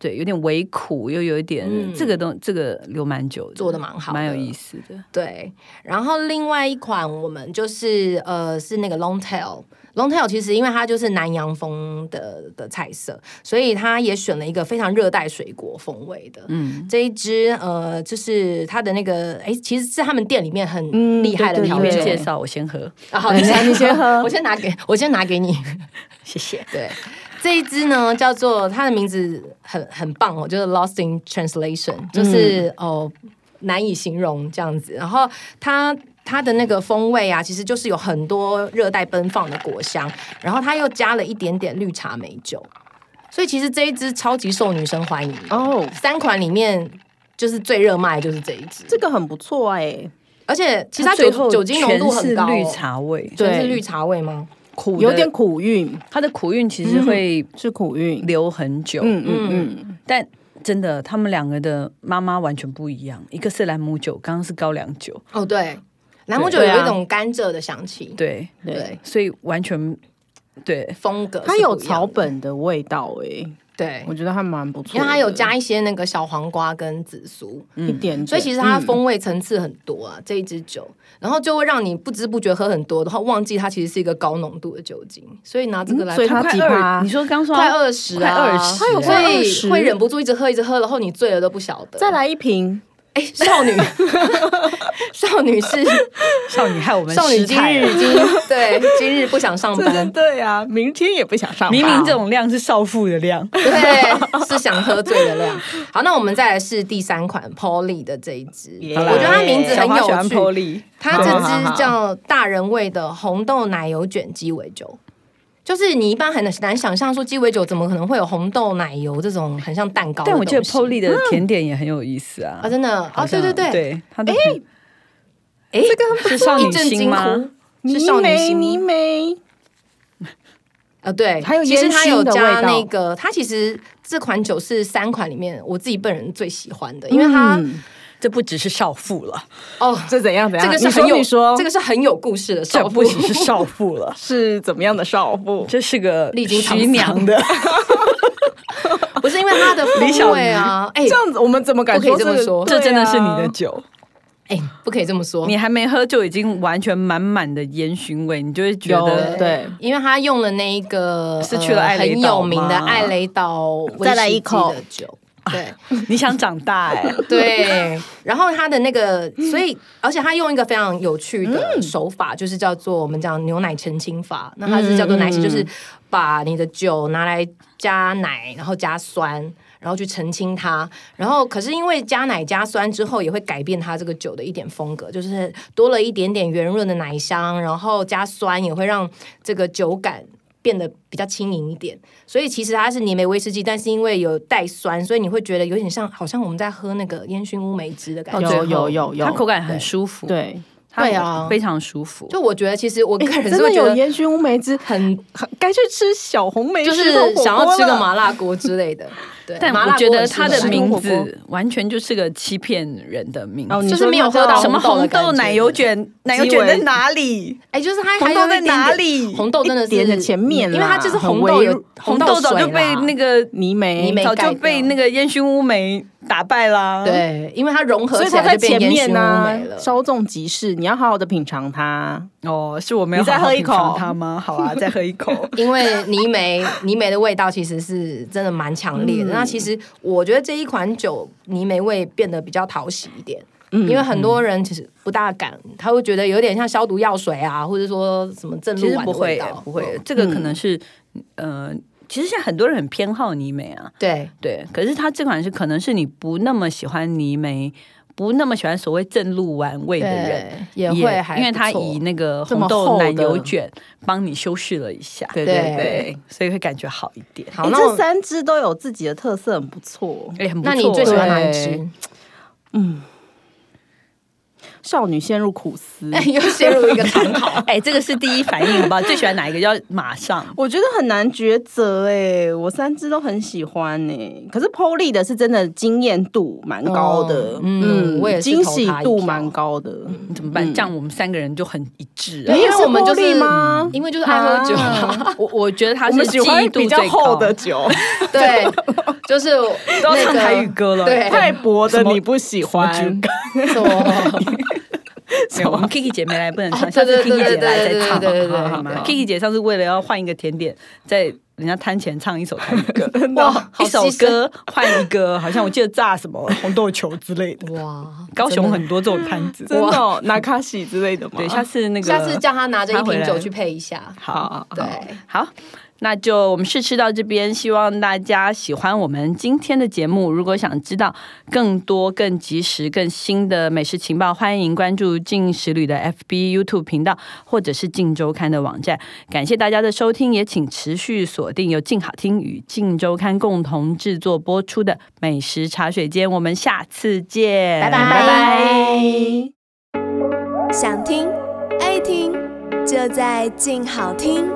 Speaker 2: 对，有点微苦，又有一点、
Speaker 3: 嗯
Speaker 2: 这个东，这个留蛮久的，
Speaker 3: 做得蛮好的
Speaker 2: 蛮有意思的。
Speaker 3: 对，然后另外一款我们就是呃是那个 long tail。long tail 其实因为它就是南洋风的的菜色，所以它也选了一个非常热带水果风味的。
Speaker 2: 嗯，
Speaker 3: 这一支呃，就是它的那个哎，其实是他们店里面很
Speaker 4: 嗯
Speaker 3: 厉害的
Speaker 4: 对对
Speaker 3: 调
Speaker 2: 一
Speaker 3: 酒
Speaker 2: 边
Speaker 4: 对。
Speaker 2: 介绍我先喝，
Speaker 3: 啊，好，你
Speaker 4: 你先 喝
Speaker 3: 我先拿给我先拿给你。
Speaker 2: 谢谢。
Speaker 3: 对，这一支呢叫做它的名字很很棒哦，就是 Lost in Translation，就是、哦难以形容这样子。然后它它的那个风味啊，其实就是有很多热带奔放的果香，然后它又加了一点点绿茶美酒，所以其实这一支超级受女生欢迎的
Speaker 4: 哦
Speaker 3: 三款里面。就是最热卖的就是这一支，
Speaker 4: 这个很不错哎、
Speaker 3: 而且其实它
Speaker 2: 最
Speaker 3: 酒
Speaker 2: 后
Speaker 3: 酒精浓度很高、哦，
Speaker 2: 全是绿，茶味，
Speaker 3: 全是
Speaker 4: 对
Speaker 3: 绿茶味吗？
Speaker 2: 苦的
Speaker 4: 有点苦韵，
Speaker 2: 它的苦韵其实会
Speaker 4: 是苦韵。
Speaker 2: 留很久，
Speaker 4: 嗯嗯嗯，
Speaker 2: 但真的他们两个的妈妈完全不一样，一个是兰姆酒，刚刚是高粱酒，
Speaker 3: 哦，对，兰姆酒
Speaker 4: 对啊
Speaker 3: 有一种甘蔗的香气，
Speaker 2: 对，
Speaker 4: 对
Speaker 3: 对，
Speaker 2: 所以完全对
Speaker 3: 风格是
Speaker 4: 它有
Speaker 3: 不一样
Speaker 4: 草
Speaker 3: 的，
Speaker 4: 本的味道哎、
Speaker 3: 对
Speaker 4: 我，觉得嗯还蛮不错的，
Speaker 3: 因为它有加一些那个小黄瓜跟紫苏，
Speaker 4: 一点点，
Speaker 3: 所以其实它的风味层次很多啊。这一支酒，然后就会让你不知不觉喝很多的话，忘记它其实是一个高浓度的酒精，所以拿这个来
Speaker 4: 嗯所以
Speaker 3: 看
Speaker 4: 它
Speaker 2: 快
Speaker 4: 几趴
Speaker 2: 二，你说刚说
Speaker 3: 快二十啊，
Speaker 2: 快20它有
Speaker 3: 所
Speaker 4: 快
Speaker 3: 以
Speaker 4: 20
Speaker 3: 会忍不住一直喝，一直喝，然后你醉了都不晓得。
Speaker 4: 再，来一瓶，
Speaker 3: 哎，少 女，少女是
Speaker 2: 少女害我们
Speaker 3: 少女，
Speaker 2: 失
Speaker 3: 今
Speaker 2: 态
Speaker 3: 日
Speaker 2: 了
Speaker 3: 已经对今日不想上 班，
Speaker 4: 对啊，明天也不想上班
Speaker 2: 明明这种量是少妇的量，
Speaker 3: 对，是想喝醉的量。好，那我们再来试第三款 Polly 的这一支，
Speaker 4: 耶
Speaker 3: 我觉得它名字很
Speaker 2: 小花喜
Speaker 3: 有
Speaker 2: 欢
Speaker 3: 趣，
Speaker 2: Polly，
Speaker 3: 它这
Speaker 4: 好好好
Speaker 3: 支叫大人味的红豆奶油卷鸡尾酒。就是你一般很难想象说鸡尾酒怎么可能会有红豆奶油这种很像蛋糕的
Speaker 2: 但
Speaker 3: 东
Speaker 2: 我
Speaker 3: 西，
Speaker 2: 觉得 Polly 的甜点也很有意思啊
Speaker 3: 啊，。真的
Speaker 2: 好
Speaker 3: 啊，对
Speaker 2: 像
Speaker 3: 对对，
Speaker 2: 对，它的
Speaker 3: 哎，这个
Speaker 2: 是少女
Speaker 3: 一阵
Speaker 2: 心
Speaker 3: 惊
Speaker 2: 吗？
Speaker 3: 呼，是
Speaker 4: 泥
Speaker 3: 少女
Speaker 4: 煤
Speaker 3: 心
Speaker 4: 泥
Speaker 3: 吗？
Speaker 4: 煤，
Speaker 3: 啊，对，
Speaker 4: 还有
Speaker 3: 其实
Speaker 4: 烟
Speaker 3: 它
Speaker 4: 熏
Speaker 3: 有
Speaker 4: 的
Speaker 3: 加
Speaker 4: 味道
Speaker 3: 那个，它其实这款酒是三款里面我自己本人最喜欢的，因为它、
Speaker 4: 嗯
Speaker 2: 这不只是少妇了，
Speaker 3: 哦，
Speaker 4: 这怎样怎样？
Speaker 3: 这个是
Speaker 4: 你
Speaker 3: 很
Speaker 4: 说
Speaker 3: 有
Speaker 4: 你说
Speaker 3: 这个是很有故事的
Speaker 2: 这
Speaker 3: 少妇
Speaker 2: 不只是少妇了，
Speaker 4: 是怎么样的少妇？
Speaker 2: 这是个
Speaker 3: 历经沧
Speaker 2: 徐
Speaker 3: 桑
Speaker 2: 娘的
Speaker 3: 不是因为它的
Speaker 2: 李小
Speaker 3: 风味啊，哎
Speaker 4: 这样子我们怎么敢
Speaker 3: 不可以
Speaker 4: 说
Speaker 3: 这么
Speaker 4: 个
Speaker 3: 说
Speaker 2: 这
Speaker 4: 对
Speaker 2: 真的
Speaker 4: 啊
Speaker 2: 是你的酒。
Speaker 3: 哎，不可以这么说。
Speaker 2: 你还没喝就已经完全满满的烟熏味，你就会觉
Speaker 4: 有
Speaker 2: 得
Speaker 4: 对，
Speaker 3: 因为他用了那一个呃
Speaker 2: 是去了艾雷
Speaker 3: 很
Speaker 2: 岛
Speaker 3: 有名的
Speaker 2: 吗
Speaker 3: 艾雷岛威
Speaker 4: 再来
Speaker 3: 士
Speaker 4: 一
Speaker 3: 忌
Speaker 4: 口
Speaker 3: 的酒，对，
Speaker 2: 你想长大 哎、
Speaker 3: 对，然后它的那个，所以而且它用一个非常有趣的手法，就是叫做我们讲牛奶澄清法。那它是叫做奶昔，就是把你的酒拿来加奶，然后加酸。然后去澄清它，然后可是因为加奶加酸之后，也会改变它这个酒的一点风格，就是多了一点点圆润的奶香，然后加酸也会让这个酒感变得比较轻盈一点。所以其实它是泥煤威士忌，但是因为有带酸，所以你会觉得有点像，好像我们在喝那个烟熏乌梅汁的感觉。
Speaker 2: 哦
Speaker 4: 有有有有，
Speaker 2: 它口感很舒服，，
Speaker 4: 对，
Speaker 2: 它
Speaker 3: 对啊
Speaker 2: 非常舒服。
Speaker 3: 就我觉得，其 实我个人
Speaker 4: 真
Speaker 3: 是
Speaker 4: 的
Speaker 3: 会觉
Speaker 4: 有
Speaker 3: 得
Speaker 4: 烟熏乌梅汁，
Speaker 3: 很，
Speaker 4: 很该去吃小红梅
Speaker 3: 就是
Speaker 4: 石头火锅
Speaker 3: 想要吃个
Speaker 4: 了
Speaker 3: 麻辣锅之类 的。对，
Speaker 2: 但
Speaker 3: 麻
Speaker 2: 我
Speaker 3: 辣
Speaker 2: 觉
Speaker 3: 锅
Speaker 2: 得
Speaker 3: 很适
Speaker 2: 它
Speaker 3: 合
Speaker 2: 的
Speaker 3: 来
Speaker 2: 名
Speaker 3: 做
Speaker 2: 字完全就是个欺骗人的名字。
Speaker 4: 哦，你
Speaker 3: 就是
Speaker 4: 说
Speaker 3: 没有
Speaker 4: 它叫
Speaker 3: 喝到
Speaker 2: 什么
Speaker 3: 红豆
Speaker 2: 红
Speaker 3: 的感觉
Speaker 2: 豆奶油卷？奶油
Speaker 4: 鸡
Speaker 2: 卷
Speaker 4: 尾
Speaker 2: 在哪里？
Speaker 3: 哎，就是它
Speaker 2: 红
Speaker 3: 还
Speaker 2: 豆
Speaker 3: 有一
Speaker 2: 在
Speaker 3: 点
Speaker 2: 哪
Speaker 3: 点
Speaker 2: 里
Speaker 3: 红豆真的
Speaker 4: 一点
Speaker 3: 是
Speaker 4: 点前面
Speaker 3: 因为它就是
Speaker 4: 啦
Speaker 3: 红
Speaker 4: 很
Speaker 3: 豆
Speaker 4: 微
Speaker 3: 有
Speaker 2: 红
Speaker 3: 豆
Speaker 2: 豆早就
Speaker 3: 水
Speaker 2: 被
Speaker 3: 啦
Speaker 2: 那个
Speaker 4: 泥煤
Speaker 3: 泥煤
Speaker 2: 早
Speaker 3: 盖
Speaker 2: 就
Speaker 3: 掉
Speaker 2: 被那个烟熏乌梅打败啦。，
Speaker 3: 对，因为它融合
Speaker 4: 所以
Speaker 3: 起
Speaker 4: 它
Speaker 3: 来
Speaker 4: 在
Speaker 3: 就变
Speaker 4: 前
Speaker 3: 烟
Speaker 4: 面
Speaker 3: 熏乌
Speaker 4: 呢、
Speaker 3: 梅
Speaker 2: 啊
Speaker 3: 了。
Speaker 4: 稍纵即逝，你要好好的品尝它。
Speaker 2: 哦，是我没有
Speaker 4: 你再
Speaker 2: 好好
Speaker 4: 喝一
Speaker 2: 品尝
Speaker 4: 口
Speaker 2: 它吗？好 啊，再喝一口
Speaker 3: 。因为泥煤泥煤的味道其实是真的蛮强烈
Speaker 2: 嗯
Speaker 3: 的。那其实我觉得这一款酒泥煤味变得比较讨喜一点。
Speaker 2: 嗯
Speaker 3: 因为很多人其实不大敢，他会觉得有点像消毒药水啊，或者说什么正
Speaker 2: 其
Speaker 3: 露
Speaker 2: 实
Speaker 3: 丸
Speaker 2: 不
Speaker 3: 的味
Speaker 2: 会
Speaker 3: 道，，
Speaker 2: 不会
Speaker 3: 嗯，
Speaker 2: 这个可能是呃，其实现在很多人很偏好泥煤啊，
Speaker 3: 对，
Speaker 2: 对，可是它这款是可能是你不那么喜欢泥煤，不那么喜欢所谓正露丸味的人。
Speaker 3: 对，也会还
Speaker 2: 因为它
Speaker 3: 不错
Speaker 2: 以那个
Speaker 4: 这
Speaker 2: 红
Speaker 4: 么
Speaker 2: 豆
Speaker 4: 厚
Speaker 2: 奶
Speaker 4: 的
Speaker 2: 油卷帮你修饰了一下，
Speaker 4: 对
Speaker 3: 对
Speaker 2: 对
Speaker 4: 对对，，
Speaker 2: 所以会感觉好一点。
Speaker 3: 好，
Speaker 4: 诶
Speaker 3: 那
Speaker 4: 这
Speaker 3: 我
Speaker 4: 三支都有自己的特色，很不错。
Speaker 2: 哎、很不错。
Speaker 3: 那你最喜欢哪一
Speaker 4: 对
Speaker 3: 支？
Speaker 4: 少女陷入苦思，
Speaker 3: 哎又陷入一个 长考。
Speaker 2: 哎、这个是第一反应，好不好？最喜欢哪一个？要马上。
Speaker 4: 我觉得很难抉择哎、我三支都很喜欢哎、可是 Polly 的是真的惊艳度蛮高的，
Speaker 3: 哦嗯我也是
Speaker 4: 惊
Speaker 3: 投
Speaker 4: 喜
Speaker 3: 它一
Speaker 4: 度
Speaker 3: 票
Speaker 4: 蛮高的。
Speaker 2: 你怎么
Speaker 3: 嗯
Speaker 2: 办？这样我们三个人就很一致、啊
Speaker 3: 没。有因为我们就是
Speaker 4: Polly 吗？
Speaker 3: 因为就是爱喝酒啊，
Speaker 2: 啊我我觉得他
Speaker 4: 我
Speaker 2: 是
Speaker 4: 们
Speaker 2: 记
Speaker 4: 喜
Speaker 2: 忆
Speaker 4: 欢
Speaker 2: 度
Speaker 4: 比较
Speaker 2: 最
Speaker 4: 厚
Speaker 2: 高
Speaker 4: 的，酒，
Speaker 3: 对，就是
Speaker 2: 都
Speaker 3: 那
Speaker 2: 要唱
Speaker 3: 个
Speaker 2: 台语歌了。
Speaker 3: 对
Speaker 4: 太薄的
Speaker 2: 什么
Speaker 4: 你不喜
Speaker 2: 什么
Speaker 4: 欢。
Speaker 3: 什么
Speaker 2: 没有我们 Kiki 姐没来，不 能唱。
Speaker 3: 哦
Speaker 2: 下次
Speaker 3: 对对
Speaker 2: Kiki 姐
Speaker 3: 对
Speaker 2: 来
Speaker 3: 对
Speaker 2: 再唱，
Speaker 3: 对对对对
Speaker 2: 好好好吗
Speaker 3: 对
Speaker 2: ？Kiki 姐上次为了要换一个甜点，在人家摊前唱一 首台语歌，
Speaker 3: 哇，
Speaker 2: 一首
Speaker 3: 好牺牲
Speaker 2: 歌换一个，好像我记得炸什么红豆球之类的。
Speaker 3: 哇，
Speaker 2: 高雄
Speaker 3: 真的
Speaker 2: 很多这种摊子，
Speaker 4: 真的、哦，拿卡西之类的吗？
Speaker 2: 对，下次那个
Speaker 3: 下次叫他拿着一
Speaker 2: 他回
Speaker 3: 瓶
Speaker 2: 来
Speaker 3: 酒去配一下。
Speaker 4: 好，
Speaker 3: 对，
Speaker 2: 好，那就我们试吃到这边，希望大家喜欢我们今天的节目。如果想知道更多、更及时、更新的美食情报，欢迎关注进食旅的 FB、YouTube 频道，或者是静周刊的网站。感谢大家的收听，也请持续锁定由静好听与静周刊共同制作播出的美食茶水间。我们下次见，
Speaker 3: 拜拜
Speaker 2: 拜拜。
Speaker 5: 想听爱听，就在静好听。